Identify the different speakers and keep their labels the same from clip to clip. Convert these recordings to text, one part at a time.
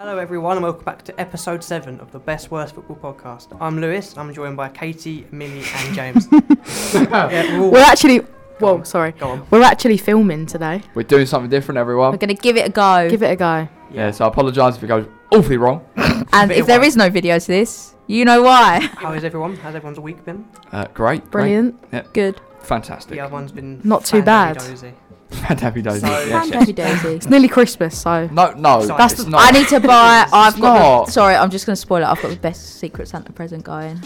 Speaker 1: Hello, everyone, and welcome back to episode seven of the Best Worst Football Podcast. I'm Lewis. I'm joined by Katie, Millie, and James. yeah, we're all-
Speaker 2: We're actually.
Speaker 1: on.
Speaker 2: Whoa, sorry.
Speaker 1: Go on.
Speaker 2: We're actually filming today.
Speaker 3: We're doing something different, everyone.
Speaker 4: We're gonna give it a go.
Speaker 2: Give it a go.
Speaker 3: yeah. so I apologise if it goes awfully wrong.
Speaker 4: and
Speaker 1: Give it a
Speaker 4: if there
Speaker 1: whirl.
Speaker 4: is no video to this, you know why.
Speaker 1: How is everyone? How's everyone's week been?
Speaker 3: Uh, great,
Speaker 2: Brilliant.
Speaker 4: Good.
Speaker 3: great, fantastic.
Speaker 1: The other one's been
Speaker 2: Not too
Speaker 1: fan-happy
Speaker 2: bad.
Speaker 1: dozy.
Speaker 3: Happy days.
Speaker 1: So-
Speaker 3: yes, yes.
Speaker 4: Happy daisy.
Speaker 2: It's nearly Christmas, so.
Speaker 3: No, no,
Speaker 1: Sorry.
Speaker 2: That's
Speaker 3: it's
Speaker 2: the-
Speaker 3: not.
Speaker 4: I need to buy. I've got.
Speaker 3: not.
Speaker 4: The, sorry, I'm just gonna spoil it. I've got the best Secret Santa present going.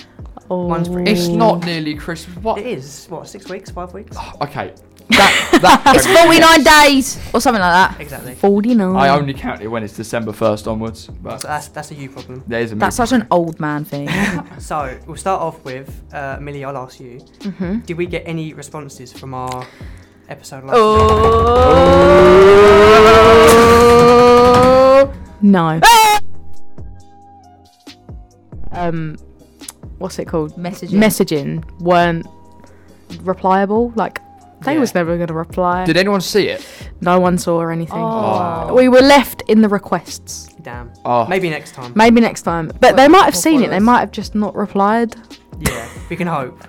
Speaker 2: Oh.
Speaker 1: One's free.
Speaker 3: It's not nearly Christmas. What?
Speaker 1: It is what six weeks, five weeks,
Speaker 3: Okay, that that.
Speaker 4: It's 49 days or something like
Speaker 3: Mm.
Speaker 4: that.
Speaker 1: exactly.
Speaker 2: 49.
Speaker 3: I only count it when it's December first onwards. But
Speaker 1: So that's that's a you problem.
Speaker 3: there's a.
Speaker 4: That's
Speaker 3: mid-
Speaker 4: such an old man thing.
Speaker 1: So we'll start off with uh, Millie. I'll ask you.
Speaker 2: hmm
Speaker 1: Did we get any responses from our episode last week?
Speaker 4: oh.
Speaker 2: No. Um, what's it called?
Speaker 4: Messages.
Speaker 2: Messaging weren't replyable. Like, they
Speaker 1: Yeah.
Speaker 2: was never going to reply.
Speaker 3: Did anyone see it?
Speaker 2: no one saw or anything.
Speaker 3: Oh.
Speaker 2: We were left in the requests.
Speaker 1: Damn.
Speaker 3: Oh,
Speaker 1: Maybe next time.
Speaker 2: Maybe next time. But they
Speaker 4: Well,
Speaker 2: might have
Speaker 4: more
Speaker 2: seen it. They
Speaker 4: followers.
Speaker 2: might have just not replied.
Speaker 1: Yeah, we can hope.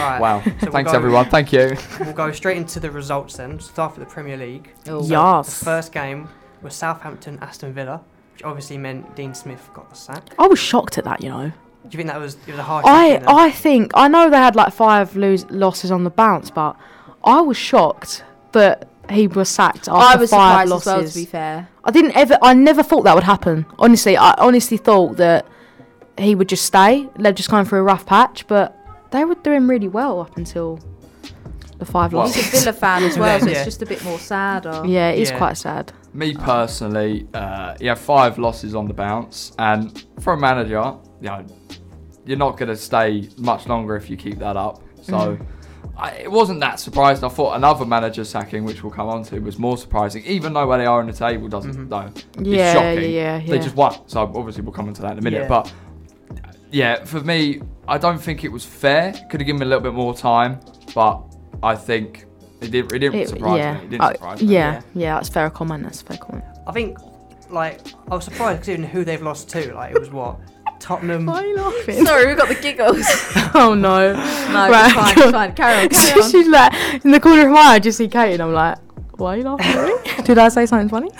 Speaker 1: All right.
Speaker 3: wow.
Speaker 1: we'll
Speaker 3: Thanks,
Speaker 1: go-
Speaker 3: everyone. Thank you.
Speaker 1: We'll go straight into the results then. Start with the Premier League.
Speaker 4: Oh.
Speaker 2: Yes.
Speaker 1: First game was Southampton Aston Villa, which obviously meant Dean Smith got the sack. Do
Speaker 2: I was shocked at that, you know.
Speaker 1: you think that was it was a harsh?
Speaker 2: I
Speaker 1: decision then?
Speaker 2: I think I know they had like five lose losses on the bounce, but I was shocked that he was sacked after
Speaker 4: I was
Speaker 2: five
Speaker 4: surprised
Speaker 2: losses.
Speaker 4: as well. To be fair.
Speaker 2: I didn't ever. I never thought that would happen. Honestly, I honestly thought that he would just stay. They're just going through a rough patch, but they were doing really well up until the five
Speaker 3: Well-
Speaker 2: losses.
Speaker 4: He's a Villa fan as well, so
Speaker 1: Yeah.
Speaker 4: it's just a bit more sadder.
Speaker 2: Yeah, it is
Speaker 1: Yeah.
Speaker 2: quite sad.
Speaker 3: Me personally, uh, he had five losses on the bounce, and for a manager, you know, you're not going to stay much longer if you keep that up. So
Speaker 2: Mm.
Speaker 3: I, it wasn't that surprising. I thought another manager sacking, which we'll come on to, was more surprising, even though where they are in the table doesn't,
Speaker 1: Mhm.
Speaker 3: though,
Speaker 2: Mm-hmm. Yeah,
Speaker 3: it's shocking.
Speaker 2: yeah, yeah,
Speaker 3: They
Speaker 2: yeah.
Speaker 3: just won. So obviously, we'll come into that in a minute.
Speaker 1: Yeah.
Speaker 3: But yeah, for me, I don't think it was fair. Could have given him a little bit more time, but I think it didn't, it didn't
Speaker 2: It-
Speaker 3: surprise
Speaker 2: yeah,
Speaker 3: me. It didn't
Speaker 2: I-
Speaker 3: surprise me.
Speaker 2: yeah,
Speaker 1: yeah.
Speaker 2: yeah, That's a fair comment. That's a fair comment.
Speaker 1: I think like I was surprised considering who they've lost to. Like it was what Tottenham.
Speaker 2: are you laughing?
Speaker 4: Sorry, we got the giggles.
Speaker 2: oh no.
Speaker 4: No,
Speaker 2: Right.
Speaker 4: it's fine, it's fine. Carry on, carry on.
Speaker 2: She's like in the corner of my eye, I just see Kate, and I'm like, why are you laughing at me? Did I say something funny?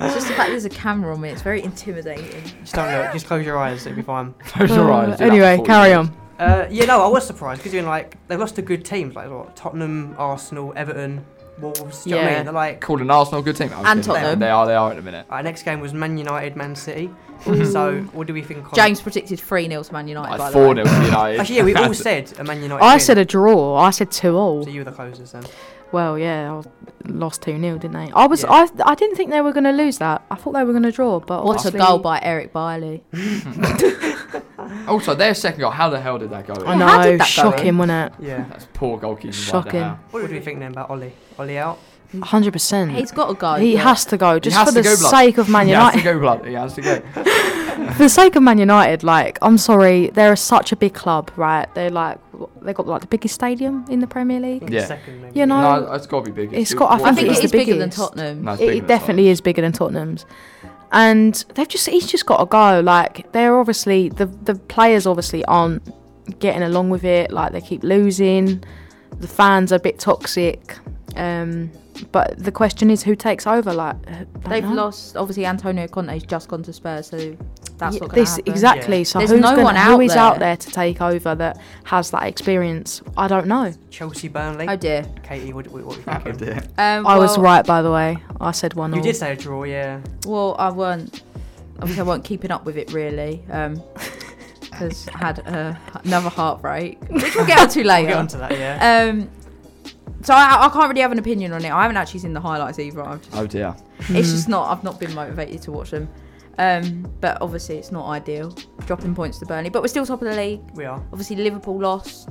Speaker 4: It's just the fact there's a camera on me. It's very intimidating.
Speaker 1: Just don't look. Just close your eyes. It'll be fine.
Speaker 3: Close your eyes, do that for
Speaker 2: anyway,
Speaker 3: 40
Speaker 2: carry
Speaker 3: minutes.
Speaker 2: on.
Speaker 1: Uh, yeah, no, I was surprised considering like they've lost to good teams like what Tottenham, Arsenal, Everton, Wolves. Do you know what I
Speaker 2: Yeah.
Speaker 1: mean? They're like.
Speaker 3: called an Arsenal a good team. I was
Speaker 4: And
Speaker 3: kidding.
Speaker 1: Tottenham.
Speaker 3: They are. They are at the minute.
Speaker 1: Our next game was Man United, Man City.
Speaker 2: Ooh.
Speaker 1: So what do we think? Of
Speaker 4: James predicted 3 0 to Man United. by
Speaker 3: Like
Speaker 4: the
Speaker 3: four
Speaker 4: way.
Speaker 3: nil United.
Speaker 1: Actually, yeah, we all said a Man United.
Speaker 2: I
Speaker 1: win.
Speaker 2: said a draw. I said two all.
Speaker 1: So you were the closest then.
Speaker 2: Well, yeah, I was- lost two 0 didn't they? I was.
Speaker 1: Yeah.
Speaker 2: I. I didn't think they were going to lose that. I thought they were going to draw. But
Speaker 4: What a
Speaker 2: obviously-
Speaker 4: goal by Eric Biley.
Speaker 3: also, their second goal. How the hell did that go?
Speaker 2: I
Speaker 3: in?
Speaker 2: know.
Speaker 4: how did that go
Speaker 2: shocking, wasn't
Speaker 1: Yeah.
Speaker 3: That's poor goalkeeping.
Speaker 2: Shocking.
Speaker 1: What do we think then about Ollie? Ollie out.
Speaker 2: it? Hundred
Speaker 3: Hmm.
Speaker 2: percent.
Speaker 4: He's got to go.
Speaker 2: He
Speaker 4: yeah.
Speaker 2: has to go just
Speaker 3: has
Speaker 2: for the
Speaker 3: to go, blood.
Speaker 2: sake of Man
Speaker 3: He has to
Speaker 2: United.
Speaker 3: go, blood. He has to go.
Speaker 2: for the sake of Man United, like I'm sorry, they're such a big club, right? They're like they got like the biggest stadium in the Premier
Speaker 1: I
Speaker 2: League.
Speaker 1: think
Speaker 3: Yeah.
Speaker 1: Second, maybe.
Speaker 2: You know,
Speaker 3: No, it's got to be big.
Speaker 2: it's got- I
Speaker 4: I think
Speaker 2: It's
Speaker 4: it
Speaker 2: the
Speaker 4: is bigger than
Speaker 2: biggest.
Speaker 4: Tottenham.
Speaker 3: No, it's bigger
Speaker 2: It
Speaker 3: than
Speaker 2: definitely is bigger than Tottenham's. And they've just he's just got to go. Like they're obviously the the players obviously aren't getting along with it. Like they keep losing. The fans are a bit toxic. Um, but the question is who takes over? Like uh, I don't
Speaker 4: They've
Speaker 2: know.
Speaker 4: lost. Obviously, Antonio Conte's just gone to Spurs, so that's
Speaker 2: Yeah,
Speaker 4: not going to
Speaker 2: this
Speaker 4: happen.
Speaker 2: exactly.
Speaker 1: Yeah.
Speaker 2: So
Speaker 4: There's
Speaker 2: who's
Speaker 4: no
Speaker 2: gonna,
Speaker 4: one
Speaker 2: who
Speaker 4: out
Speaker 2: is out
Speaker 4: there.
Speaker 2: there to take over that has that experience? I don't know.
Speaker 1: Chelsea, Burnley.
Speaker 4: Oh dear.
Speaker 1: Katie, what, what, what are you
Speaker 3: Oh,
Speaker 1: thinking?
Speaker 3: dear.
Speaker 4: Um,
Speaker 2: I was
Speaker 4: well-
Speaker 2: right, by the way. I said one.
Speaker 1: You
Speaker 2: all.
Speaker 1: did say a draw, yeah.
Speaker 4: Well, I weren't. Obviously, I weren't keeping up with it really, because I had uh, another heartbreak, which we'll get onto
Speaker 1: We'll
Speaker 4: later.
Speaker 1: get onto that, yeah.
Speaker 4: um, so I, I can't really have an opinion on it. I haven't actually seen the highlights either. I've just,
Speaker 3: Oh dear.
Speaker 4: It's just not. I've not been motivated to watch them. Um, but obviously, it's not ideal dropping points to Burnley. But we're still top of the league.
Speaker 1: we are,
Speaker 4: Obviously, Liverpool lost,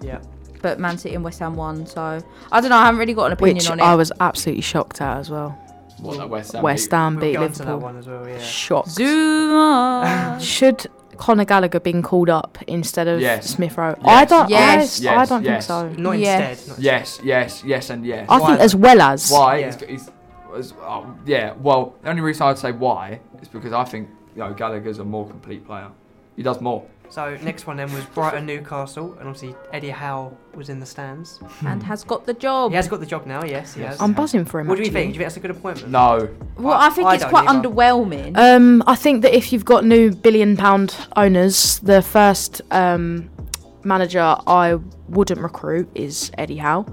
Speaker 1: yeah.
Speaker 4: but Man City and West Ham won. So I don't know. I haven't really got an opinion
Speaker 2: which
Speaker 4: on it.
Speaker 2: I was absolutely shocked at as well.
Speaker 3: What that West Ham?
Speaker 2: West
Speaker 3: beat?
Speaker 2: Ham
Speaker 1: We'll
Speaker 2: beat
Speaker 1: get onto that
Speaker 2: Liverpool.
Speaker 1: one as well, yeah.
Speaker 2: Shocked.
Speaker 4: Zuma.
Speaker 2: Should Conor Gallagher been called up instead of
Speaker 3: Yes.
Speaker 2: Smith Rowe?
Speaker 3: Yes.
Speaker 2: I don't.
Speaker 4: Yes.
Speaker 2: Yes. I
Speaker 3: Yes.
Speaker 2: don't
Speaker 3: Yes.
Speaker 2: think so.
Speaker 1: Not
Speaker 4: Yes.
Speaker 1: instead. Not
Speaker 3: Yes, yes, yes, and yes.
Speaker 2: I
Speaker 1: Why
Speaker 2: think
Speaker 1: though?
Speaker 2: as well as
Speaker 3: Why?
Speaker 1: Yeah.
Speaker 3: He's, he's, as, oh, yeah, well, the only reason I'd say why is because I think you know Gallagher's a more complete player. He does more.
Speaker 1: So next one then was Brighton Newcastle, and obviously Eddie Howe was in the stands.
Speaker 4: and has got the job.
Speaker 1: He has got the job now. Yes, he has.
Speaker 2: Oh. I'm buzzing for him.
Speaker 1: what do you
Speaker 2: actually.
Speaker 1: think? Do you think that's a good appointment?
Speaker 3: No,
Speaker 4: Well, I think
Speaker 1: I
Speaker 4: it's
Speaker 1: don't
Speaker 4: quite
Speaker 1: either.
Speaker 4: underwhelming.
Speaker 2: Um, I think that if you've got new billion pound owners, the first um, manager I wouldn't recruit is Eddie Howe.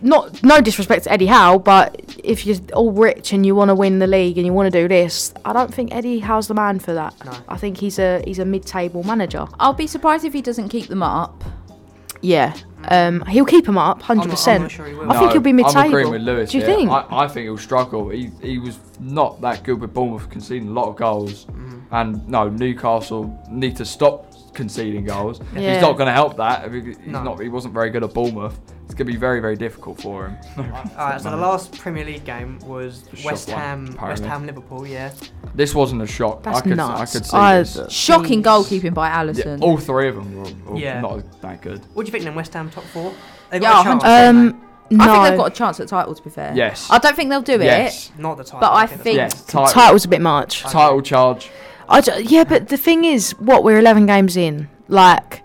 Speaker 2: Not no disrespect to Eddie Howe, but if you're all rich and you want to win the league and you want to do this, I don't think Eddie Howe's the man for that.
Speaker 1: No.
Speaker 2: I think he's a he's a mid-table manager.
Speaker 4: I'll be surprised if he doesn't keep them up.
Speaker 2: Yeah, um, he'll keep him up,
Speaker 1: I'm
Speaker 2: hundred
Speaker 1: not, I'm not
Speaker 2: percent.
Speaker 1: sure he
Speaker 2: I
Speaker 1: will.
Speaker 2: think he'll be
Speaker 3: I'm
Speaker 2: mid-table.
Speaker 3: agreeing with Lewis.
Speaker 2: Do you
Speaker 3: here.
Speaker 2: think?
Speaker 3: I, I think he'll struggle. He he was not that good with Bournemouth, conceding a lot of goals,
Speaker 1: Mm-hmm.
Speaker 3: and no Newcastle need to stop conceding goals.
Speaker 2: Yeah.
Speaker 3: He's not going to help that. He's
Speaker 1: No.
Speaker 3: not. He wasn't very good at Bournemouth. It's going to be very very difficult for him.
Speaker 1: All right. So the last Premier League game was
Speaker 3: Shock
Speaker 1: West
Speaker 3: one,
Speaker 1: Ham, West
Speaker 3: apparently.
Speaker 1: Ham Liverpool. Yeah.
Speaker 3: This wasn't a shock.
Speaker 2: That's
Speaker 3: I could
Speaker 2: nuts.
Speaker 3: I could see
Speaker 2: I-
Speaker 3: this.
Speaker 4: Shocking
Speaker 1: Jeez.
Speaker 4: goalkeeping by
Speaker 3: Yeah, Oh.
Speaker 4: Allison.
Speaker 3: all three of them were, were
Speaker 1: Yeah.
Speaker 3: not that good.
Speaker 1: What do you think then? West Ham top four? They
Speaker 4: Yeah,
Speaker 1: got a chance.
Speaker 4: 100%,
Speaker 1: don't
Speaker 2: Um, no,
Speaker 4: I think they've got a chance at title. To be fair,
Speaker 3: Yes.
Speaker 4: I don't think they'll do
Speaker 3: yes.
Speaker 1: they? Not the title.
Speaker 4: But I
Speaker 1: that's
Speaker 4: think-
Speaker 1: not-
Speaker 3: Yes. Title,
Speaker 2: title's a bit much.
Speaker 3: title charge.
Speaker 2: I ju- yeah, but the thing is, what we're 11 games in. Like,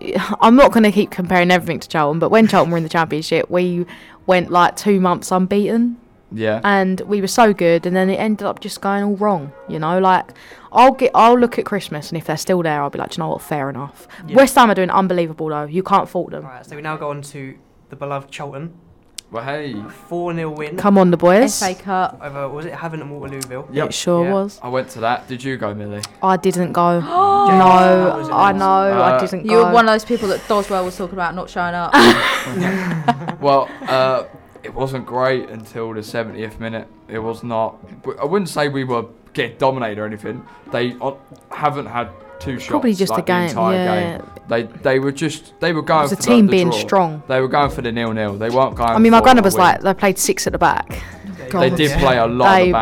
Speaker 2: I'm not going to keep comparing everything to Charlton, but when Charlton were in the championship, we went like two months unbeaten,
Speaker 3: Yeah.
Speaker 2: and we were so good, and then it ended up just going all wrong. You know, like I'll get, I'll look at Christmas, and if they're still there, I'll be like, "Do you know what, fair enough.
Speaker 1: Yeah.
Speaker 2: West Ham are doing unbelievable though. You can't fault them.
Speaker 1: All right. So we now go on to the beloved Cholton.
Speaker 3: Well, hey.
Speaker 1: Four 0 win
Speaker 2: Come on, the
Speaker 4: it.
Speaker 2: boys.
Speaker 4: FA Cup.
Speaker 1: over was it Haven and Waterlooville?
Speaker 3: Yep.
Speaker 2: It sure
Speaker 1: Yeah.
Speaker 2: was.
Speaker 3: I went to that. Did you go, Millie?
Speaker 2: I didn't go.
Speaker 1: that was
Speaker 2: no, I
Speaker 1: amazing.
Speaker 2: know. I
Speaker 3: Uh,
Speaker 2: didn't
Speaker 4: You
Speaker 2: go.
Speaker 4: were one of those people that Doswell was talking about not showing up.
Speaker 3: Well, uh, it wasn't great until the 70th minute. It was not. I wouldn't say we were getting dominated or anything. They o- haven't had two shots.
Speaker 2: Probably just
Speaker 3: like,
Speaker 2: the game.
Speaker 3: entire
Speaker 2: yeah,
Speaker 3: game. They they were just they were going
Speaker 2: it was
Speaker 3: for
Speaker 2: the team
Speaker 3: the
Speaker 2: being
Speaker 3: draw.
Speaker 2: strong.
Speaker 3: They were going for the nil nil. They weren't going.
Speaker 2: I mean, my
Speaker 3: for a
Speaker 2: granddad was
Speaker 3: win.
Speaker 2: like, they played six at the back.
Speaker 3: They
Speaker 2: God.
Speaker 3: did play a lot of
Speaker 2: they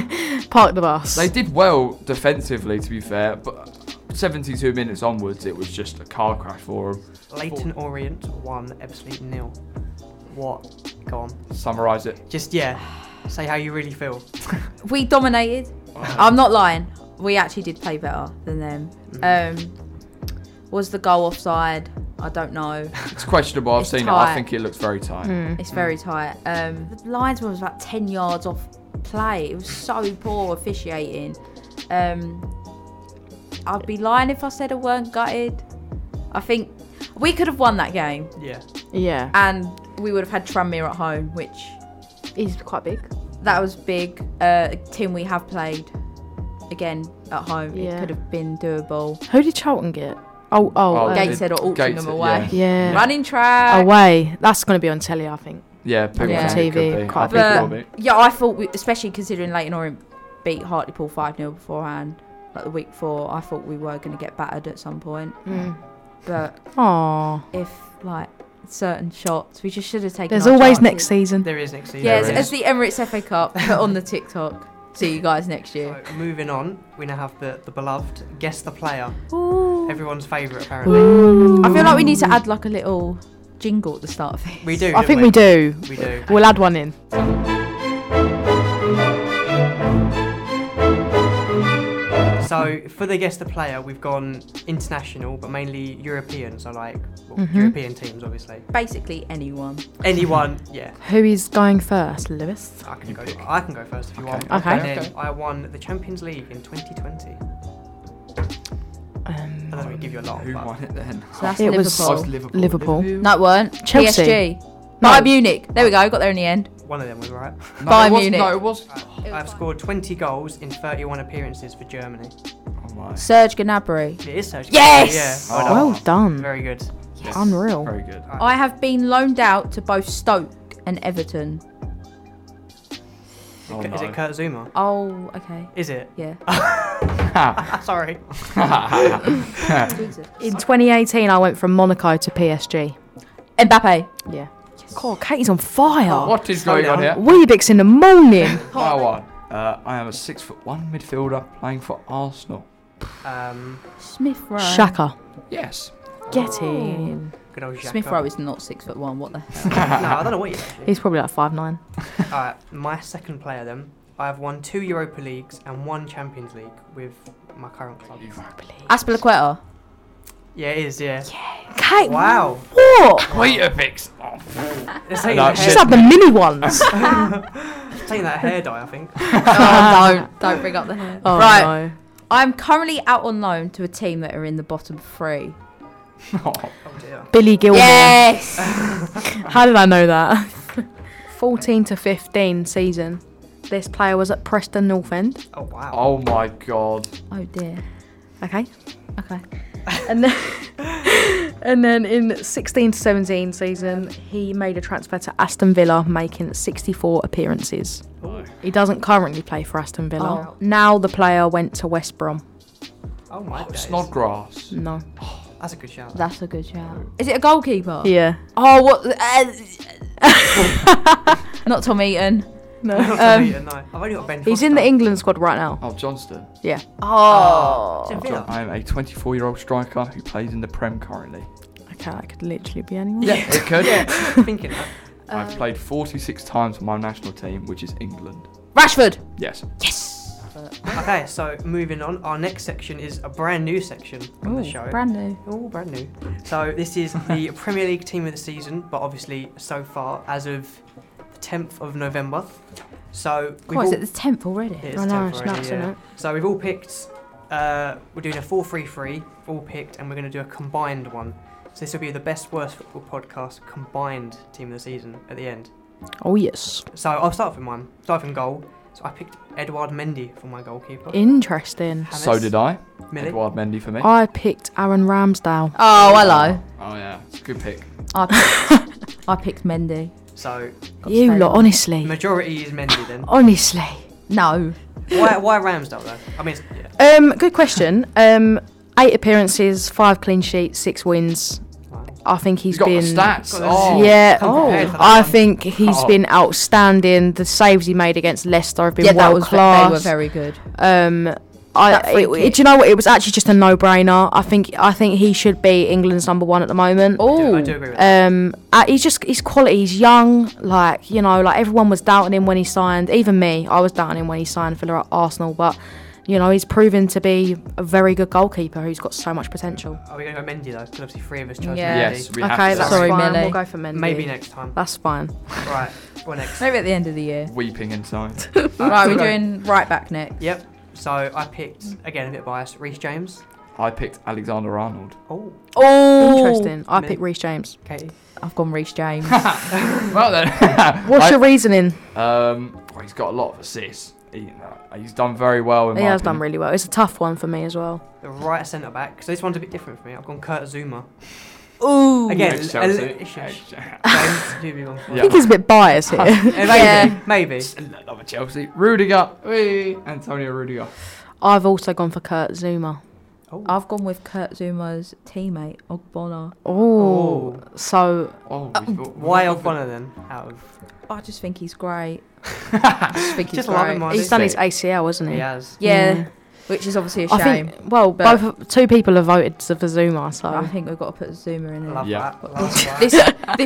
Speaker 3: the back.
Speaker 2: parked the bus.
Speaker 3: They did well defensively, to be fair, but 72 minutes onwards, it was just a car crash for them.
Speaker 1: Leighton Orient one, Ebbsfleet nil. What? Go on.
Speaker 3: Summarise it.
Speaker 1: Just yeah. Say how you really feel.
Speaker 4: we dominated. I'm not lying. We actually did play better than them. Um, was the goal offside? I don't know.
Speaker 3: It's questionable. I've
Speaker 4: It's
Speaker 3: seen it.
Speaker 4: tight.
Speaker 3: I think it looks very tight.
Speaker 2: Hmm.
Speaker 4: It's very tight. Um, the linesman was about 10 yards off play. It was so poor officiating. Um, I'd be lying if I said I weren't gutted. I think we could have won that game
Speaker 1: Yeah.
Speaker 2: yeah,
Speaker 4: and we would have had Tranmere at home, which
Speaker 2: he's quite big.
Speaker 4: that was big. Uh, a team we have played again at home. It
Speaker 2: Yeah.
Speaker 4: could have been doable.
Speaker 2: Who did Charlton get? Oh, oh,
Speaker 3: Oh,
Speaker 2: uh,
Speaker 3: they-
Speaker 4: Gateshead or auction
Speaker 3: Gates-
Speaker 4: them away.
Speaker 3: yeah.
Speaker 2: yeah. Oh,
Speaker 4: Running track.
Speaker 2: Away. That's going to be on telly, I think.
Speaker 3: Yeah, people
Speaker 4: Yeah.
Speaker 3: think it could
Speaker 2: TV,
Speaker 3: be.
Speaker 2: quite
Speaker 3: I think it
Speaker 4: But-
Speaker 3: will be.
Speaker 4: Yeah, I thought, we, especially considering Leighton Orient beat Hartlepool 5 0 beforehand, like the week before, I thought we were going to get battered at some point. But
Speaker 2: Aww.
Speaker 4: if, like, certain shots, we just should have taken.
Speaker 2: There's
Speaker 4: our
Speaker 2: always
Speaker 4: chances.
Speaker 2: next season.
Speaker 1: There is next season.
Speaker 4: Yes,
Speaker 3: There
Speaker 4: as
Speaker 3: is.
Speaker 4: the Emirates FA Cup, put on the TikTok. See you guys next year.
Speaker 1: So, moving on, we now have the, the beloved guess the player, everyone's favourite apparently.
Speaker 2: Ooh.
Speaker 4: I feel like we need to add, like, a little jingle at the start of it.
Speaker 1: We do.
Speaker 2: I
Speaker 1: don't
Speaker 2: think we do.
Speaker 1: We do.
Speaker 2: We'll add one in.
Speaker 1: So for the guess the player, we've gone international, but mainly European. So like well,
Speaker 2: Mhm.
Speaker 1: European teams, obviously.
Speaker 4: Basically, anyone.
Speaker 1: Anyone, yeah.
Speaker 2: Who is going first, Lewis?
Speaker 1: I can
Speaker 3: You
Speaker 1: go.
Speaker 3: pick.
Speaker 1: I can go first if you want.
Speaker 3: Okay.
Speaker 2: Okay.
Speaker 1: And then
Speaker 3: Okay.
Speaker 1: I won the Champions League in 2020. That
Speaker 2: Um,
Speaker 1: doesn't really give you a lot.
Speaker 3: Who
Speaker 1: but-
Speaker 3: won it then?
Speaker 4: So that's
Speaker 2: It was-
Speaker 4: Liverpool.
Speaker 3: Us, Liverpool.
Speaker 2: Liverpool.
Speaker 4: No, it weren't.
Speaker 2: Chelsea.
Speaker 4: PSG.
Speaker 2: No.
Speaker 4: Bayern Munich. There we go. Got there in the end.
Speaker 1: One of them was right.
Speaker 3: No,
Speaker 4: Bayern
Speaker 3: it was,
Speaker 4: Munich.
Speaker 3: No, it was.
Speaker 4: was
Speaker 1: I've
Speaker 4: fine.
Speaker 1: scored 20 goals in 31 appearances for Germany.
Speaker 3: Oh my.
Speaker 4: Serge Gnabry.
Speaker 1: It is Sergio.
Speaker 4: Yes!
Speaker 3: Oh.
Speaker 1: Yeah. Well
Speaker 2: Well
Speaker 1: done.
Speaker 2: done.
Speaker 1: Very good.
Speaker 3: Yes.
Speaker 2: Unreal.
Speaker 3: Very good.
Speaker 4: I have been loaned out to both Stoke and Everton.
Speaker 3: Oh,
Speaker 1: Is it
Speaker 3: no.
Speaker 1: Kurt Zuma?
Speaker 4: Oh, okay.
Speaker 1: Is it?
Speaker 4: Yeah.
Speaker 1: Sorry.
Speaker 2: In 2018, I went from Monaco to PSG.
Speaker 4: Mbappe.
Speaker 2: Yeah. God, Katie's on fire.
Speaker 3: Oh, what is
Speaker 1: Slow
Speaker 3: going on
Speaker 1: down.
Speaker 3: here?
Speaker 2: Weebix in the morning.
Speaker 3: My one. Uh, I am a six foot one midfielder playing for Arsenal.
Speaker 1: Um,
Speaker 4: Smith Rowe.
Speaker 2: Shaka.
Speaker 3: Yes.
Speaker 2: Get in.
Speaker 1: Good old Xhaka.
Speaker 4: Smith Rowe is not six foot one. What the hell?
Speaker 1: no, I don't know what he is. actually.
Speaker 2: He's probably like five nine.
Speaker 1: Uh, my second player then. I have won two Europa Leagues and one Champions League with my current club.
Speaker 4: Aspilaqueta.
Speaker 1: Yeah, it is, yeah.
Speaker 2: Kate,
Speaker 1: Wow.
Speaker 2: what?
Speaker 3: Quitafix.
Speaker 1: It's taking,
Speaker 3: No,
Speaker 1: that
Speaker 2: She's
Speaker 3: shit.
Speaker 1: hair,
Speaker 2: had the mini ones.
Speaker 1: it's taking that hair dye, I think.
Speaker 4: oh, don't don't bring up the hair.
Speaker 2: Oh,
Speaker 4: right,
Speaker 2: no.
Speaker 4: I'm currently out on loan to a team that are in the bottom three.
Speaker 3: Oh.
Speaker 1: Oh dear.
Speaker 2: Billy Gilmore.
Speaker 4: Yes.
Speaker 2: How did I know that? 14 to 15 season. This player was at Preston North End.
Speaker 1: Oh wow.
Speaker 3: oh my god.
Speaker 4: oh dear.
Speaker 2: Okay.
Speaker 4: Okay.
Speaker 2: And then, and then in 16 to 17 season, he made a transfer to Aston Villa, making 64 appearances.
Speaker 1: Ooh.
Speaker 2: He doesn't currently play for Aston Villa.
Speaker 4: Oh.
Speaker 2: Now the player went to West Brom.
Speaker 1: Oh my days.
Speaker 3: Snodgrass.
Speaker 2: No.
Speaker 1: That's a good shout.
Speaker 2: Um,
Speaker 4: That's a good shout. Is it a goalkeeper?
Speaker 2: Yeah.
Speaker 4: Oh, what? uh, not Tom Eaton.
Speaker 2: No.
Speaker 1: Sorry, yeah, no. I've only got Ben
Speaker 2: Um, He's in the
Speaker 1: Foster.
Speaker 2: England squad right now.
Speaker 3: Oh, Johnston.
Speaker 2: Yeah.
Speaker 4: Oh.
Speaker 1: Is it
Speaker 3: John,
Speaker 1: Villa?
Speaker 3: I am a 24 year old striker who plays in the Prem currently.
Speaker 2: Okay, that could literally be anyone.
Speaker 1: Yeah.
Speaker 3: It could.
Speaker 1: I'm thinking that.
Speaker 3: I've played 46 times for my national team, which is England.
Speaker 4: Rashford.
Speaker 3: Yes.
Speaker 4: Yes.
Speaker 1: Okay, so moving on. Our next section is a brand new section on the show.
Speaker 4: brand new.
Speaker 1: All brand new. So this is the Premier League team of the season, but obviously so far as of the 10th of November. So we've
Speaker 4: What
Speaker 1: all,
Speaker 4: is it? The tenth already.
Speaker 1: It is
Speaker 2: I know,
Speaker 1: 10th
Speaker 2: it's
Speaker 1: already,
Speaker 2: nuts,
Speaker 1: yeah.
Speaker 2: isn't it?
Speaker 1: So we've all picked. Uh, we're doing a four-three-three. We've all picked, and we're going to do a combined one. So this will be the best worst football podcast combined team of the season at the end.
Speaker 2: Oh, yes.
Speaker 1: So I'll start with mine. Start from goal. So I picked Eduard Mendy for my goalkeeper.
Speaker 2: Interesting.
Speaker 3: So did I.
Speaker 1: Millie.
Speaker 3: Edouard Mendy for me.
Speaker 2: I picked Aaron Ramsdale.
Speaker 4: Oh, hello.
Speaker 3: Oh, yeah. It's a good pick.
Speaker 4: I picked, I picked Mendy.
Speaker 1: So
Speaker 4: Got
Speaker 2: You
Speaker 4: stolen.
Speaker 2: lot, honestly.
Speaker 1: majority is Mendy then.
Speaker 2: Honestly.
Speaker 4: No.
Speaker 1: why why Ramsdale though? I mean, it's, yeah.
Speaker 2: Um, good question. Um, eight appearances, five clean sheets, six wins.
Speaker 1: Wow.
Speaker 2: I think
Speaker 3: He's
Speaker 2: he's
Speaker 3: got
Speaker 2: been.
Speaker 3: the stats.
Speaker 1: Got the
Speaker 3: Oh.
Speaker 1: stats.
Speaker 2: Yeah,
Speaker 1: Come prepared for that
Speaker 2: I
Speaker 1: one.
Speaker 2: think he's
Speaker 3: Oh.
Speaker 2: been outstanding. The saves he made against Leicester have been
Speaker 4: Yeah, that
Speaker 2: world
Speaker 4: was they were
Speaker 2: class.
Speaker 4: very good.
Speaker 2: um, I,
Speaker 4: That free
Speaker 2: it- it-
Speaker 4: kick.
Speaker 2: do you know what? It was actually just a no-brainer. I think I think he should be England's number one at the moment.
Speaker 1: I do, I
Speaker 4: Oh.
Speaker 1: do agree with that.
Speaker 2: Um, uh, he's just he's quality. He's young, like you know, like everyone was doubting him when he signed. Even me, I was doubting him when he signed for Arsenal. But you know, he's proven to be a very good goalkeeper who's got so much potential.
Speaker 1: Are we going to go Mendy though? Because obviously three of us chose
Speaker 4: Yeah.
Speaker 1: Mendy.
Speaker 3: Yes, we
Speaker 2: okay,
Speaker 3: have to
Speaker 2: that's
Speaker 4: Sorry,
Speaker 2: fine.
Speaker 4: Millie.
Speaker 2: We'll go for Mendy.
Speaker 1: Maybe next time.
Speaker 2: That's fine.
Speaker 1: Right. What next?
Speaker 4: Maybe at the end of the year.
Speaker 3: Weeping inside.
Speaker 4: Right, we're
Speaker 1: Okay.
Speaker 4: doing right back next.
Speaker 1: Yep. So I picked again a bit biased. Reece James.
Speaker 3: I picked Alexander Arnold.
Speaker 1: Oh,
Speaker 4: Oh,
Speaker 2: Interesting. I
Speaker 1: Me.
Speaker 2: picked Reece James.
Speaker 1: Katie.
Speaker 4: I've gone Reece James.
Speaker 3: Well then.
Speaker 2: What's
Speaker 3: I-
Speaker 2: your reasoning?
Speaker 3: Um, well, he's got a lot of assists. He, uh, he's done very well. In
Speaker 2: He
Speaker 3: my
Speaker 2: has done
Speaker 3: opinion.
Speaker 2: really well. It's a tough one for me as well.
Speaker 1: The right centre back. So this one's a bit different for me. I've gone Kurt Zuma.
Speaker 4: Ooh.
Speaker 1: Again,
Speaker 3: Against
Speaker 1: a li-
Speaker 3: Chelsea.
Speaker 1: shush.
Speaker 3: Yeah.
Speaker 1: James, do be wrong for
Speaker 2: I
Speaker 3: Yeah.
Speaker 2: think he's a bit biased here.
Speaker 1: it. Eh, Maybe,
Speaker 4: Yeah.
Speaker 1: maybe.
Speaker 3: It's a lot of Chelsea. Rudiger. Whee! Antonio Rudiger.
Speaker 2: I've also gone for Kurt Zuma.
Speaker 1: Oh,
Speaker 4: I've gone with Kurt Zuma's teammate, Ogbonna.
Speaker 2: Oh, so
Speaker 3: Oh, we've got-
Speaker 1: why Ogbonna then? Out of
Speaker 4: I just think he's great. I just think he's
Speaker 1: Just love
Speaker 4: great.
Speaker 1: him, I
Speaker 2: he's
Speaker 1: do.
Speaker 2: done his ACL, hasn't
Speaker 1: he
Speaker 2: he?
Speaker 1: has.
Speaker 4: yeah,
Speaker 2: Mm.
Speaker 4: which is obviously a
Speaker 2: I
Speaker 4: shame.
Speaker 2: think. Well,
Speaker 4: but-
Speaker 2: both two people have voted for Zuma, so.
Speaker 4: But I think we've got to put Zuma in there.
Speaker 1: Love
Speaker 3: Yeah.
Speaker 1: that. Love that.
Speaker 4: This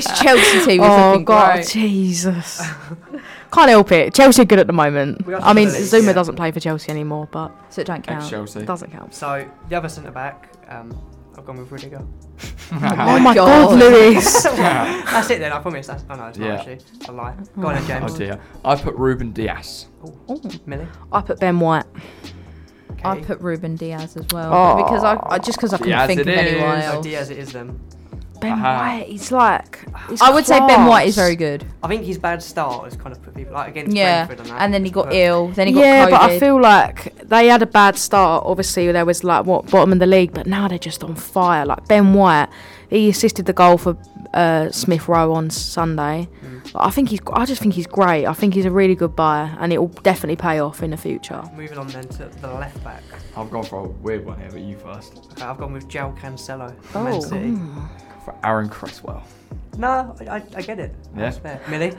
Speaker 4: this Chelsea team is
Speaker 2: Oh
Speaker 4: looking
Speaker 2: God,
Speaker 4: great.
Speaker 2: Jesus! Can't help it. Chelsea are good at the moment.
Speaker 1: We are
Speaker 2: I mean,
Speaker 1: Chelsea,
Speaker 2: Zuma
Speaker 1: yeah.
Speaker 2: doesn't play for Chelsea anymore, but
Speaker 4: So it don't count.
Speaker 3: Ex-Chelsea.
Speaker 2: it doesn't count.
Speaker 1: So the other centre back, um, I've gone with Rudiger.
Speaker 2: oh my God,
Speaker 4: God.
Speaker 2: Lewis!
Speaker 1: That's it then. I promise. That's, oh no, it's not
Speaker 3: Yeah.
Speaker 1: actually a lie. Go on, then, James.
Speaker 3: Oh dear. I put Ruben Diaz.
Speaker 1: Millie.
Speaker 2: I put Ben White.
Speaker 4: I
Speaker 1: Katie.
Speaker 4: put Ruben Diaz as well
Speaker 2: Oh.
Speaker 4: because I, I just because I couldn't
Speaker 3: Diaz
Speaker 4: think
Speaker 3: it
Speaker 4: of anyone
Speaker 3: is.
Speaker 1: So
Speaker 4: else.
Speaker 1: Diaz it is then.
Speaker 2: Ben
Speaker 3: Aha.
Speaker 2: White, he's like. he's
Speaker 4: I would say Ben White is
Speaker 2: class.
Speaker 4: very good.
Speaker 1: I think his bad start has kind of put people like against
Speaker 4: Yeah,
Speaker 1: Brentford and that.
Speaker 4: and then he got
Speaker 1: but-
Speaker 4: ill. Then he got
Speaker 2: yeah,
Speaker 4: COVID.
Speaker 2: but I feel like they had a bad start. Obviously, there was like what bottom of the league, but now they're just on fire. Like Ben White, he assisted the goal for uh, Smith Rowe on Sunday.
Speaker 1: Mm.
Speaker 2: But I think he's. I just think he's great. I think he's a really good buyer, and it will definitely pay off in the future.
Speaker 1: Moving on then to the left back.
Speaker 3: I've gone for a weird one here, but you first.
Speaker 1: Okay, I've gone with Jao Cancelo.
Speaker 4: Oh.
Speaker 1: Oh. Man City.
Speaker 2: hmm.
Speaker 3: For Aaron Cresswell.
Speaker 1: No, I, I, I get it.
Speaker 3: Yeah.
Speaker 1: That's fair. Millie.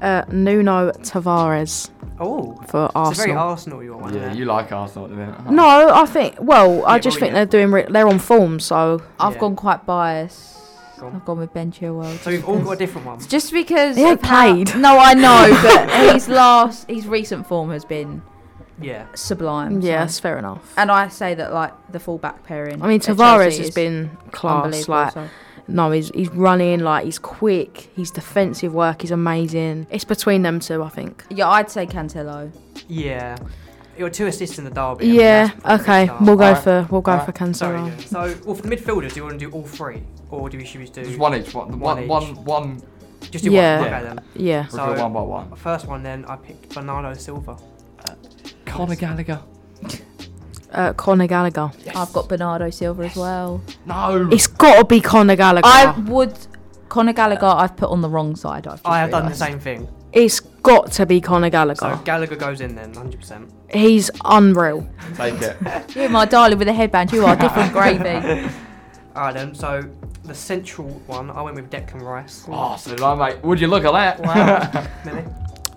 Speaker 2: Uh, Nuno Tavares
Speaker 1: Oh.
Speaker 2: for
Speaker 1: It's a very
Speaker 2: Arsenal.
Speaker 1: Arsenal your one.
Speaker 3: Yeah,
Speaker 1: isn't it?
Speaker 3: you like Arsenal at the minute.
Speaker 2: No, I think. Well, I
Speaker 1: Yeah,
Speaker 2: just
Speaker 1: well,
Speaker 2: think
Speaker 1: yeah.
Speaker 2: they're doing. Re- they're on form, so
Speaker 4: I've
Speaker 1: Yeah.
Speaker 4: gone quite biased.
Speaker 1: Go on.
Speaker 4: I've gone with Ben Chilwell.
Speaker 1: So we've all got a different one.
Speaker 4: It's just because
Speaker 2: He ain't
Speaker 4: of how-
Speaker 2: played.
Speaker 4: no, I know, but his last, his recent form has been
Speaker 1: Yeah.
Speaker 4: sublime. so-
Speaker 2: Yeah, that's fair enough.
Speaker 4: and I say that like the full back pairing.
Speaker 2: I mean,
Speaker 4: at Chelsea
Speaker 2: Tavares has
Speaker 4: is
Speaker 2: been class.
Speaker 4: unbelievable,
Speaker 2: Like,
Speaker 4: so-
Speaker 2: no, he's he's running, like he's quick, he's defensive work, he's amazing. It's between them two, I think.
Speaker 4: yeah, I'd say Cancelo.
Speaker 1: Yeah. You got two assists in the derby. I mean,
Speaker 2: Yeah.
Speaker 1: Oh, that's pretty
Speaker 2: Okay.
Speaker 1: good
Speaker 2: We'll
Speaker 1: start.
Speaker 2: go
Speaker 3: Alright.
Speaker 2: for we'll go
Speaker 3: Alright.
Speaker 2: for
Speaker 1: Sorry.
Speaker 2: Cancelo.
Speaker 1: yeah. So, well, for the midfielders, do you want to do all three, or do we should we do
Speaker 3: Just one each. One,
Speaker 1: One
Speaker 3: one,
Speaker 1: each.
Speaker 3: one, one.
Speaker 1: Just do
Speaker 2: Yeah.
Speaker 1: one. Okay then.
Speaker 2: Yeah.
Speaker 1: So-
Speaker 3: Reveal one by one.
Speaker 1: First one then I picked Bernardo Silva.
Speaker 3: Conor Gallagher.
Speaker 2: Uh, Conor Gallagher.
Speaker 1: Hmm.
Speaker 4: I've got Bernardo Silva as well.
Speaker 3: No.
Speaker 2: It's got to be Conor Gallagher.
Speaker 4: I would Conor Gallagher. I've put on the wrong side. I've just
Speaker 1: I have done the
Speaker 4: realised.
Speaker 1: same thing.
Speaker 2: It's got to be Conor
Speaker 1: So
Speaker 2: Gallagher.
Speaker 1: Gallagher goes in then, 100%.
Speaker 2: He's unreal.
Speaker 3: Take it.
Speaker 4: You, my darling, with a headband. You are different gravy.
Speaker 1: All right then. So the central one, I went with Declan Rice.
Speaker 3: Oh, so did I, mate. Would you look at that?
Speaker 1: Wow. Really?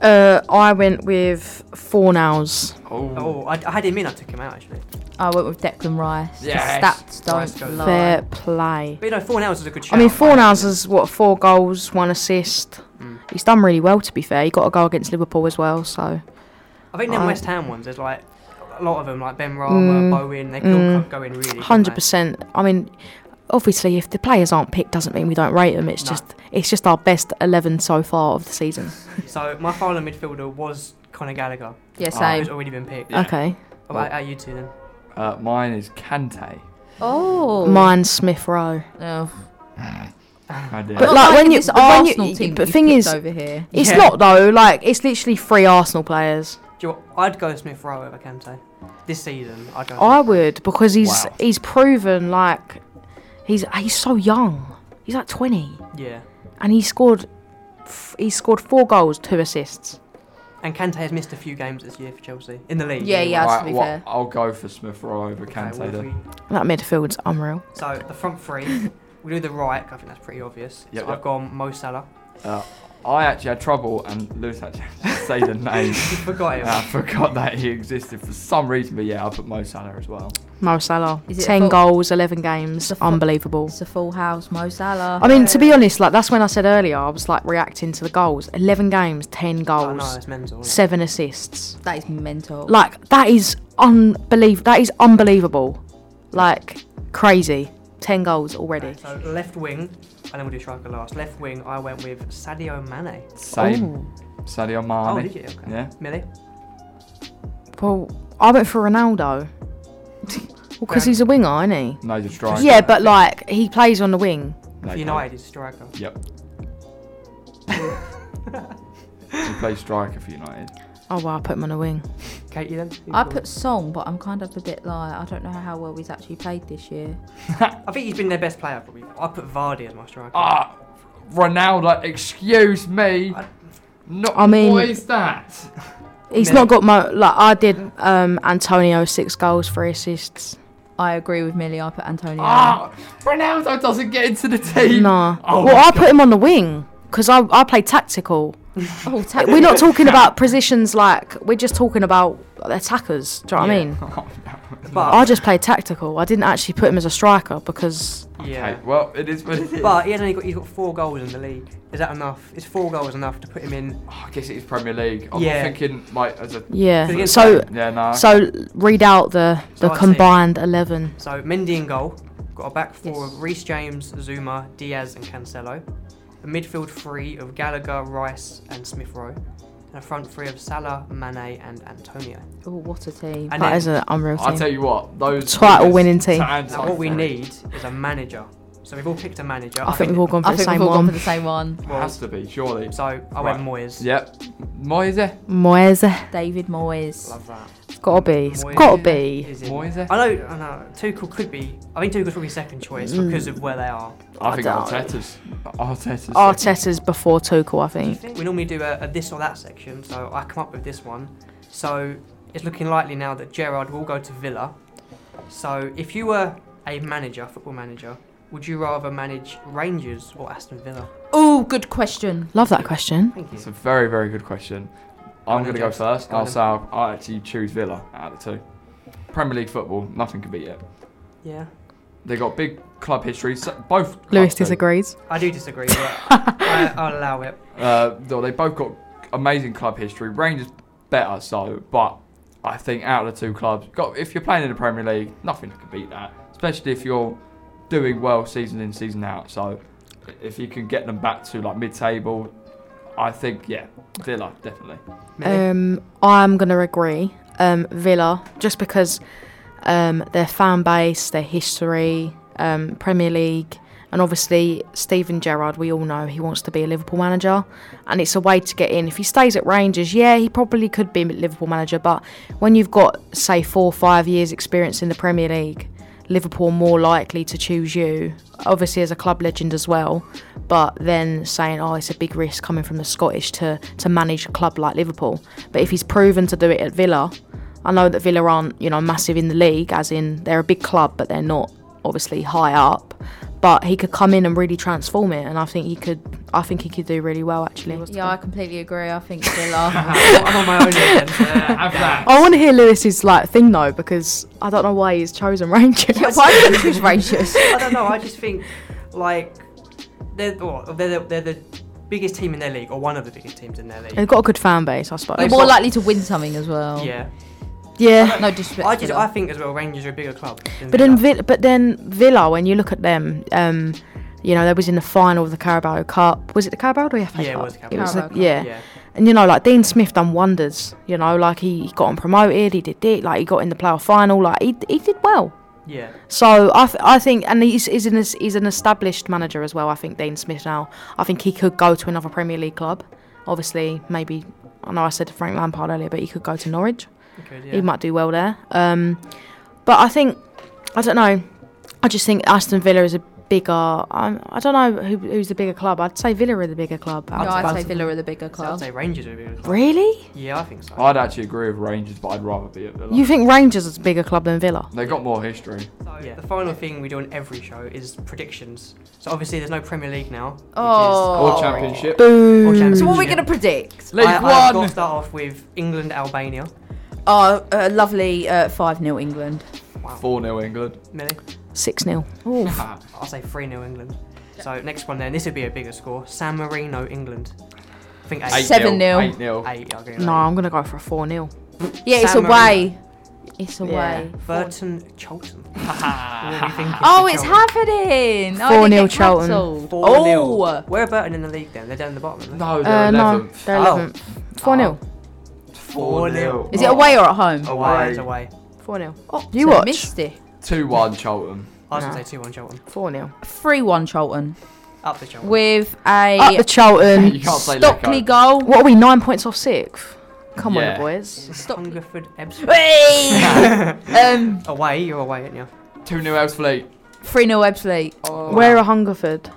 Speaker 2: Uh, I went with four nows.
Speaker 3: Oh.
Speaker 1: Oh, I, I had him in. I took him out actually.
Speaker 4: I went with Declan Rice. The
Speaker 3: Yes.
Speaker 4: stats don't
Speaker 1: Rice goes-
Speaker 4: lie.
Speaker 2: Fair play.
Speaker 1: But you know, four hours is a good shot.
Speaker 2: I mean, four nows is what four goals, one assist.
Speaker 1: Hmm.
Speaker 2: He's done really well, to be fair. He got a goal against Liverpool as well, so
Speaker 1: I think them
Speaker 2: I-
Speaker 1: West Ham ones. There's like a lot of them, like Ben Rama,
Speaker 2: Mm,
Speaker 1: Bowen. They could all
Speaker 2: mm,
Speaker 1: co- go in really. couldn't they?
Speaker 2: hundred percent. I mean, obviously, if the players aren't picked, doesn't mean we don't rate them. It's
Speaker 1: No.
Speaker 2: just it's just our best eleven so far of the season.
Speaker 1: So my final midfielder was Conor Gallagher,
Speaker 4: Yeah,
Speaker 1: who's
Speaker 4: same.
Speaker 1: already been picked.
Speaker 3: Yeah.
Speaker 2: Okay,
Speaker 1: What about you two then?
Speaker 3: Uh, mine is Kante.
Speaker 4: Oh,
Speaker 2: mine Smith Rowe.
Speaker 4: Oh.
Speaker 3: I did.
Speaker 2: But like, when
Speaker 4: Not liking
Speaker 2: you-
Speaker 4: this
Speaker 2: but when you-
Speaker 4: Arsenal team
Speaker 2: but
Speaker 4: that
Speaker 2: thing
Speaker 4: you've
Speaker 2: is-
Speaker 4: picked over here.
Speaker 2: It's
Speaker 1: Yeah.
Speaker 2: not though. Like it's literally three Arsenal players.
Speaker 1: Do you, know what? I'd go Smith Rowe over Kante this season. I'd go.
Speaker 2: I would because he's
Speaker 3: Wow.
Speaker 2: he's proven like he's he's so young. He's like twenty,
Speaker 1: Yeah.
Speaker 2: and he scored f- he scored four goals, two assists.
Speaker 1: And Kante has missed a few games this year for Chelsea in the league.
Speaker 4: Yeah,
Speaker 1: anyway.
Speaker 4: yeah. that's to be
Speaker 3: well,
Speaker 4: fair.
Speaker 3: I'll go for Smith Rowe over
Speaker 1: Okay,
Speaker 3: Kante
Speaker 1: well, if
Speaker 3: then.
Speaker 1: we-
Speaker 2: That midfield's unreal.
Speaker 1: So the front three, we do the right. I think that's pretty obvious.
Speaker 3: Yep,
Speaker 1: so
Speaker 3: yep.
Speaker 1: I've gone Mo Salah.
Speaker 3: Uh, I actually had trouble, and Lewis actually had to say the name.
Speaker 1: You forgot him.
Speaker 3: I forgot that he existed for some reason, but yeah, I put Mo Salah as well.
Speaker 2: Mo Salah,
Speaker 4: Is it a
Speaker 2: ten
Speaker 4: fault?
Speaker 2: goals, eleven games,
Speaker 4: It's a fault.
Speaker 2: unbelievable.
Speaker 4: It's a full house, Mo Salah.
Speaker 2: I mean, to be honest, like that's when I said earlier, I was like reacting to the goals. Eleven games, ten
Speaker 1: Oh, no,
Speaker 2: goals,
Speaker 1: it's mental. isn't
Speaker 2: seven assists.
Speaker 4: that is mental.
Speaker 2: Like that is unbelievable. That is unbelievable. Like crazy. Ten goals
Speaker 1: it?
Speaker 2: already.
Speaker 1: Right, So left wing, and then we'll do striker last. Left wing, I went with Sadio Mane.
Speaker 3: Same. Sadio
Speaker 1: Oh,
Speaker 3: Mane.
Speaker 1: did you? Okay.
Speaker 3: yeah.
Speaker 1: Millie?
Speaker 2: Well, I went for Ronaldo. Well, because
Speaker 1: Yeah.
Speaker 2: he's a winger, isn't he?
Speaker 3: No, he's a striker.
Speaker 2: Yeah, but like he plays on the wing.
Speaker 3: No,
Speaker 1: For United, he's a striker.
Speaker 3: Yep. he plays striker for United.
Speaker 2: Oh well, I put him on the wing.
Speaker 1: Katie then? Who
Speaker 4: I
Speaker 1: you
Speaker 4: put Song, but I'm kind of a bit like I don't know how well he's actually played this year.
Speaker 1: got? I think he's been their best player, probably. I put Vardy as my striker.
Speaker 3: Ah, Ronaldo, excuse me.
Speaker 1: I-
Speaker 3: No,
Speaker 2: I mean-
Speaker 3: what is that?
Speaker 2: He's
Speaker 1: Millie?
Speaker 2: not got mo like I did. Um, Antonio six goals, three assists.
Speaker 4: I agree with Millie. I put Antonio.
Speaker 3: Ah, Ronaldo doesn't get into the team.
Speaker 2: Nah.
Speaker 3: Oh
Speaker 2: well,
Speaker 3: my
Speaker 2: I put him on the wing because I, I play tactical.
Speaker 4: Oh, ta-
Speaker 2: We're not talking about positions like we're just talking about attackers. Do you know what
Speaker 1: Yeah.
Speaker 2: I mean?
Speaker 3: Oh,
Speaker 1: but,
Speaker 2: I just play tactical. I didn't actually put him as a striker because
Speaker 1: yeah.
Speaker 3: Okay, well, it is what it is.
Speaker 1: But he has only got, he's got four goals in the league. Is that enough? Is four goals enough to put him in?
Speaker 3: Oh, I guess it is Premier League. I'm
Speaker 1: Yeah.
Speaker 3: thinking like as a
Speaker 1: Did he
Speaker 2: yeah.
Speaker 1: get
Speaker 2: So
Speaker 3: yeah no.
Speaker 2: so read out the
Speaker 1: So
Speaker 2: the
Speaker 1: I see.
Speaker 2: combined eleven.
Speaker 1: So Mendy in goal. Got a back four
Speaker 4: Yes.
Speaker 1: of Reece James, Zuma, Diaz, and Cancelo. A midfield three of Gallagher, Rice, and Smith Rowe. And a front three of Salah, Mane, and Antonio.
Speaker 4: oh, what a team.
Speaker 1: And
Speaker 2: That
Speaker 1: then,
Speaker 2: is an unreal
Speaker 3: I
Speaker 2: team.
Speaker 3: tell you what, those
Speaker 2: Title winning team.
Speaker 1: now what we need is a manager. So we've all picked a manager.
Speaker 2: I think we've all gone for
Speaker 4: I
Speaker 2: the
Speaker 4: think we've
Speaker 2: same
Speaker 4: all gone for
Speaker 2: one.
Speaker 4: the same one.
Speaker 1: well,
Speaker 3: has to be surely.
Speaker 1: So I
Speaker 3: Right.
Speaker 1: went Moyes.
Speaker 3: Yep. Moise.
Speaker 2: Moyes,
Speaker 4: David Moyes.
Speaker 1: Love that.
Speaker 2: it's gotta be, it's
Speaker 1: Moyes.
Speaker 2: gotta be.
Speaker 1: Is in.
Speaker 3: Moise.
Speaker 1: I know, I know. Tuchel could be. I think Tuchel's probably second choice
Speaker 2: Mm.
Speaker 1: because of where they are.
Speaker 3: I think
Speaker 2: doubt it.
Speaker 3: Arteta's. Arteta's. second.
Speaker 2: Arteta's before Tuchel, I think.
Speaker 1: We normally do a, a this or that section, so I come up with this one. So it's looking likely now that Gerard will go to Villa. So if you were a manager, football manager, would you rather manage Rangers or Aston Villa?
Speaker 4: Oh, good question.
Speaker 2: Love that question.
Speaker 1: Thank
Speaker 3: It's
Speaker 1: you.
Speaker 3: a very very good question. I'm
Speaker 1: on
Speaker 3: going to
Speaker 1: then,
Speaker 3: go
Speaker 1: James.
Speaker 3: first.
Speaker 1: Go on
Speaker 3: I'll
Speaker 1: then.
Speaker 3: say I'll, I actually choose Villa out of the two. Premier League football, nothing can beat it.
Speaker 1: Yeah.
Speaker 3: They got big club history. So both clubs
Speaker 2: Lewis
Speaker 3: do.
Speaker 2: disagrees.
Speaker 1: I do disagree, but I, I'll allow it.
Speaker 3: Uh, though they both got amazing club history. Rangers better so, but I think out of the two clubs, got, if you're playing in the Premier League, nothing can beat that. Especially if you're doing well season in, season out. So if you can get them back to like mid-table, I think yeah, Villa definitely.
Speaker 1: Millie?
Speaker 2: Um, I'm gonna agree. Um, Villa, just because um, their fan base, their history, um, Premier League, and obviously Steven Gerrard. We all know he wants to be a Liverpool manager, and it's a way to get in. If he stays at Rangers, yeah, he probably could be a Liverpool manager. But when you've got say four or five years experience in the Premier League, Liverpool are more likely to choose you, obviously as a club legend as well. But then saying, oh, it's a big risk coming from the Scottish to to manage a club like Liverpool. But if he's proven to do it at Villa, I know that Villa aren't you know massive in the league, as in they're a big club, but they're not obviously high up. But he could come in and really transform it, and I think he could. I think he could do really well actually.
Speaker 4: Yeah, I completely agree. I think Villa.
Speaker 1: I'm on my own here then.
Speaker 3: have that.
Speaker 2: I want to hear Lewis's like thing though, because I don't know why he's chosen Rangers.
Speaker 4: yeah, why did you choose Rangers?
Speaker 1: I don't know. I just think like they're well, they're the, they're the biggest team in their league, or one of the biggest teams in their
Speaker 2: They've
Speaker 1: league.
Speaker 2: got a good fan base, I
Speaker 4: You're
Speaker 2: suppose.
Speaker 4: more likely to win something as well.
Speaker 1: Yeah,
Speaker 2: Yeah,
Speaker 4: No disrespect.
Speaker 1: I
Speaker 4: to
Speaker 1: just
Speaker 4: Villa.
Speaker 1: I think as well, Rangers are a bigger club. than
Speaker 2: but then
Speaker 1: Villa.
Speaker 2: Villa, but then Villa, when you look at them, um, you know they was in the final of the Carabao Cup. Was it the Carabao or the FA
Speaker 1: Yeah, it
Speaker 2: Cup?
Speaker 1: was the
Speaker 2: It was
Speaker 4: Carabao
Speaker 2: the-
Speaker 4: Cup.
Speaker 2: yeah. And you know, like Dean Smith done wonders. You know, like he, he got on promoted, he did it, like he got in the playoff final, like he, he did well.
Speaker 1: yeah,
Speaker 2: So I, th- I think, and he's, he's, an, he's an established manager as well. I think Dean Smith now. I think he could go to another Premier League club. Obviously, maybe I know I said Frank Lampard earlier, but he could go to Norwich.
Speaker 1: yeah. Okay, yeah.
Speaker 2: He might do well there. Um, but I think I don't know. I just think Aston Villa is a bigger. I, I don't know who, who's the bigger club. I'd say Villa are the bigger club.
Speaker 4: No,
Speaker 1: I'd
Speaker 4: I'd say
Speaker 1: say-
Speaker 4: Villa are the bigger
Speaker 1: So I'd
Speaker 4: club.
Speaker 1: say Rangers are a bigger club.
Speaker 2: Really?
Speaker 1: Yeah, I think so.
Speaker 3: I'd actually agree with Rangers, but I'd rather be at Villa.
Speaker 2: You think Rangers is a bigger club than Villa?
Speaker 3: they got more history.
Speaker 1: So the final thing we do on every show is predictions. So obviously there's no Premier League now. which is-
Speaker 4: Oh.
Speaker 3: Or Championship.
Speaker 1: or
Speaker 2: Boom.
Speaker 1: Champions
Speaker 4: So what are we
Speaker 1: League.
Speaker 4: gonna predict?
Speaker 3: League
Speaker 1: I, I've got
Speaker 3: One.
Speaker 1: to start off with England Albania.
Speaker 4: Oh, a lovely five 0 England.
Speaker 3: Four 0 England.
Speaker 1: Millie,
Speaker 2: Six 0
Speaker 3: Ah,
Speaker 1: I'll say three 0 England. So next one then. This would be a bigger score. San Marino England. I think eight.
Speaker 3: eight
Speaker 4: Seven
Speaker 3: nil,
Speaker 4: nil.
Speaker 3: Eight 0
Speaker 1: Eight. I'll go
Speaker 2: No, I'm gonna go for a four 0
Speaker 4: Yeah, it's
Speaker 1: San
Speaker 4: away. It's away.
Speaker 1: Burton Cholton. What were we thinking
Speaker 4: Oh,
Speaker 1: for
Speaker 4: it's
Speaker 1: Cholton?
Speaker 4: happening!
Speaker 2: 4-0
Speaker 4: Oh, I didn't get
Speaker 2: Charlton.
Speaker 4: cancelled.
Speaker 1: Four nil.
Speaker 4: Oh.
Speaker 1: Where are Burton in the league then? They're down the bottom. Aren't they?
Speaker 3: No, they're
Speaker 2: Uh, no,
Speaker 3: 11th.
Speaker 2: they're
Speaker 1: Oh.
Speaker 2: eleventh. Four 0
Speaker 3: Four 0
Speaker 4: Is it away or at home?
Speaker 3: Oh.
Speaker 1: Away. It's away.
Speaker 2: Four 0
Speaker 4: Oh,
Speaker 2: You
Speaker 4: so
Speaker 2: watch.
Speaker 4: Missed it.
Speaker 3: Two one Charlton.
Speaker 1: I was gonna
Speaker 2: No.
Speaker 1: say two one Cholton.
Speaker 2: Four 0
Speaker 4: Three one Charlton
Speaker 1: Up the Cholton.
Speaker 4: with a
Speaker 2: Up the
Speaker 3: You
Speaker 2: Charlton.
Speaker 3: can't say
Speaker 4: Stockley
Speaker 3: Lecco.
Speaker 4: goal.
Speaker 2: What are we? Nine points off sixth. Come
Speaker 3: Yeah.
Speaker 2: on, boys.
Speaker 4: Stop-
Speaker 1: Hungerford Ebbsfleet.
Speaker 4: Hey! um,
Speaker 1: Away. You're away, aren't you?
Speaker 3: Two 0 Ebbsfleet.
Speaker 4: three 0 Ebbsfleet.
Speaker 1: Oh,
Speaker 2: Where are Hungerford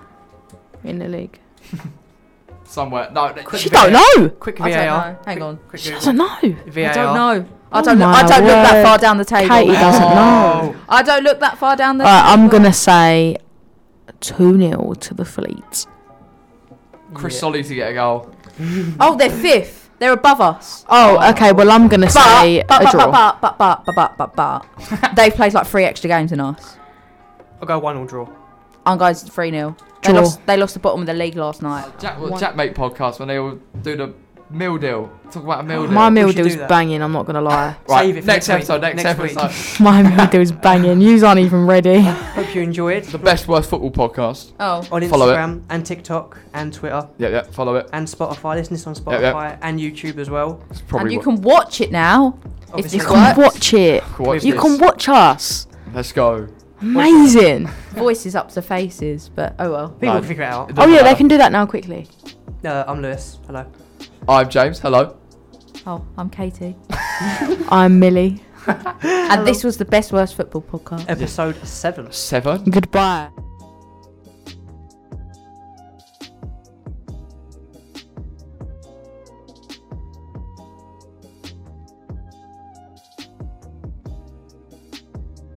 Speaker 2: in the league?
Speaker 3: Somewhere. No. they-
Speaker 1: Quick
Speaker 2: She don't know.
Speaker 1: Quick
Speaker 4: I
Speaker 1: VAR.
Speaker 4: don't know. Hang
Speaker 1: Quick-
Speaker 4: on.
Speaker 1: Quick
Speaker 2: She
Speaker 1: Google.
Speaker 2: doesn't know.
Speaker 1: VAR.
Speaker 4: I don't know. I
Speaker 2: Oh
Speaker 4: don't. know. I
Speaker 2: my
Speaker 4: don't look that
Speaker 2: word.
Speaker 4: far down the table.
Speaker 2: Katie doesn't know.
Speaker 3: Oh.
Speaker 4: I don't look that far down the.
Speaker 2: Alright, I'm
Speaker 4: table.
Speaker 2: gonna say two 0 to the Fleet.
Speaker 3: Chris Solly to get a goal.
Speaker 4: Oh, they're fifth. They're above us.
Speaker 2: Oh, okay. Well, I'm gonna say
Speaker 4: But but
Speaker 2: a draw.
Speaker 4: but but but but but but but but they've played like three extra games than us.
Speaker 1: I'll go one all draw.
Speaker 4: I'm going three 0 They
Speaker 2: Draw.
Speaker 4: lost. They lost the bottom of the league last night.
Speaker 3: Jack, well,
Speaker 2: One.
Speaker 3: Jack Mate podcast when they all do the meal deal. Talk about a meal deal.
Speaker 2: Oh, My
Speaker 1: We
Speaker 2: meal
Speaker 1: should do
Speaker 2: deal's
Speaker 1: that.
Speaker 2: banging. I'm not gonna lie.
Speaker 3: right,
Speaker 1: Save it for
Speaker 3: next,
Speaker 1: next week.
Speaker 3: episode. Next,
Speaker 1: Next week.
Speaker 3: episode.
Speaker 2: My meal deal's banging. Yous aren't even ready.
Speaker 1: Hope you enjoyed.
Speaker 3: The best worst football podcast.
Speaker 4: Oh,
Speaker 1: on
Speaker 3: Follow it.
Speaker 1: Instagram and TikTok and Twitter
Speaker 3: Yeah, yeah. Follow it.
Speaker 1: and Spotify. Listen to this on
Speaker 3: Yep,
Speaker 1: Spotify
Speaker 3: yep.
Speaker 1: and YouTube as well.
Speaker 3: It's
Speaker 4: and
Speaker 3: probably
Speaker 4: you
Speaker 3: what-
Speaker 4: can watch it now. If
Speaker 1: Obviously,
Speaker 4: you
Speaker 2: You
Speaker 1: it
Speaker 2: can
Speaker 4: works.
Speaker 2: watch it.
Speaker 3: can watch
Speaker 2: You
Speaker 3: this.
Speaker 2: can watch us.
Speaker 3: Let's go.
Speaker 2: Amazing.
Speaker 4: Voices up to faces, but oh well.
Speaker 1: People
Speaker 3: No.
Speaker 1: can figure it out.
Speaker 2: Oh
Speaker 3: It doesn't
Speaker 2: yeah, they
Speaker 3: matter.
Speaker 2: can do that now quickly.
Speaker 1: Uh, I'm Lewis. Hello.
Speaker 3: I'm James. Hello.
Speaker 4: Oh, I'm Katie,
Speaker 2: I'm Millie.
Speaker 4: and this was the best worst football podcast.
Speaker 1: Episode seven.
Speaker 3: Seven.
Speaker 2: Goodbye.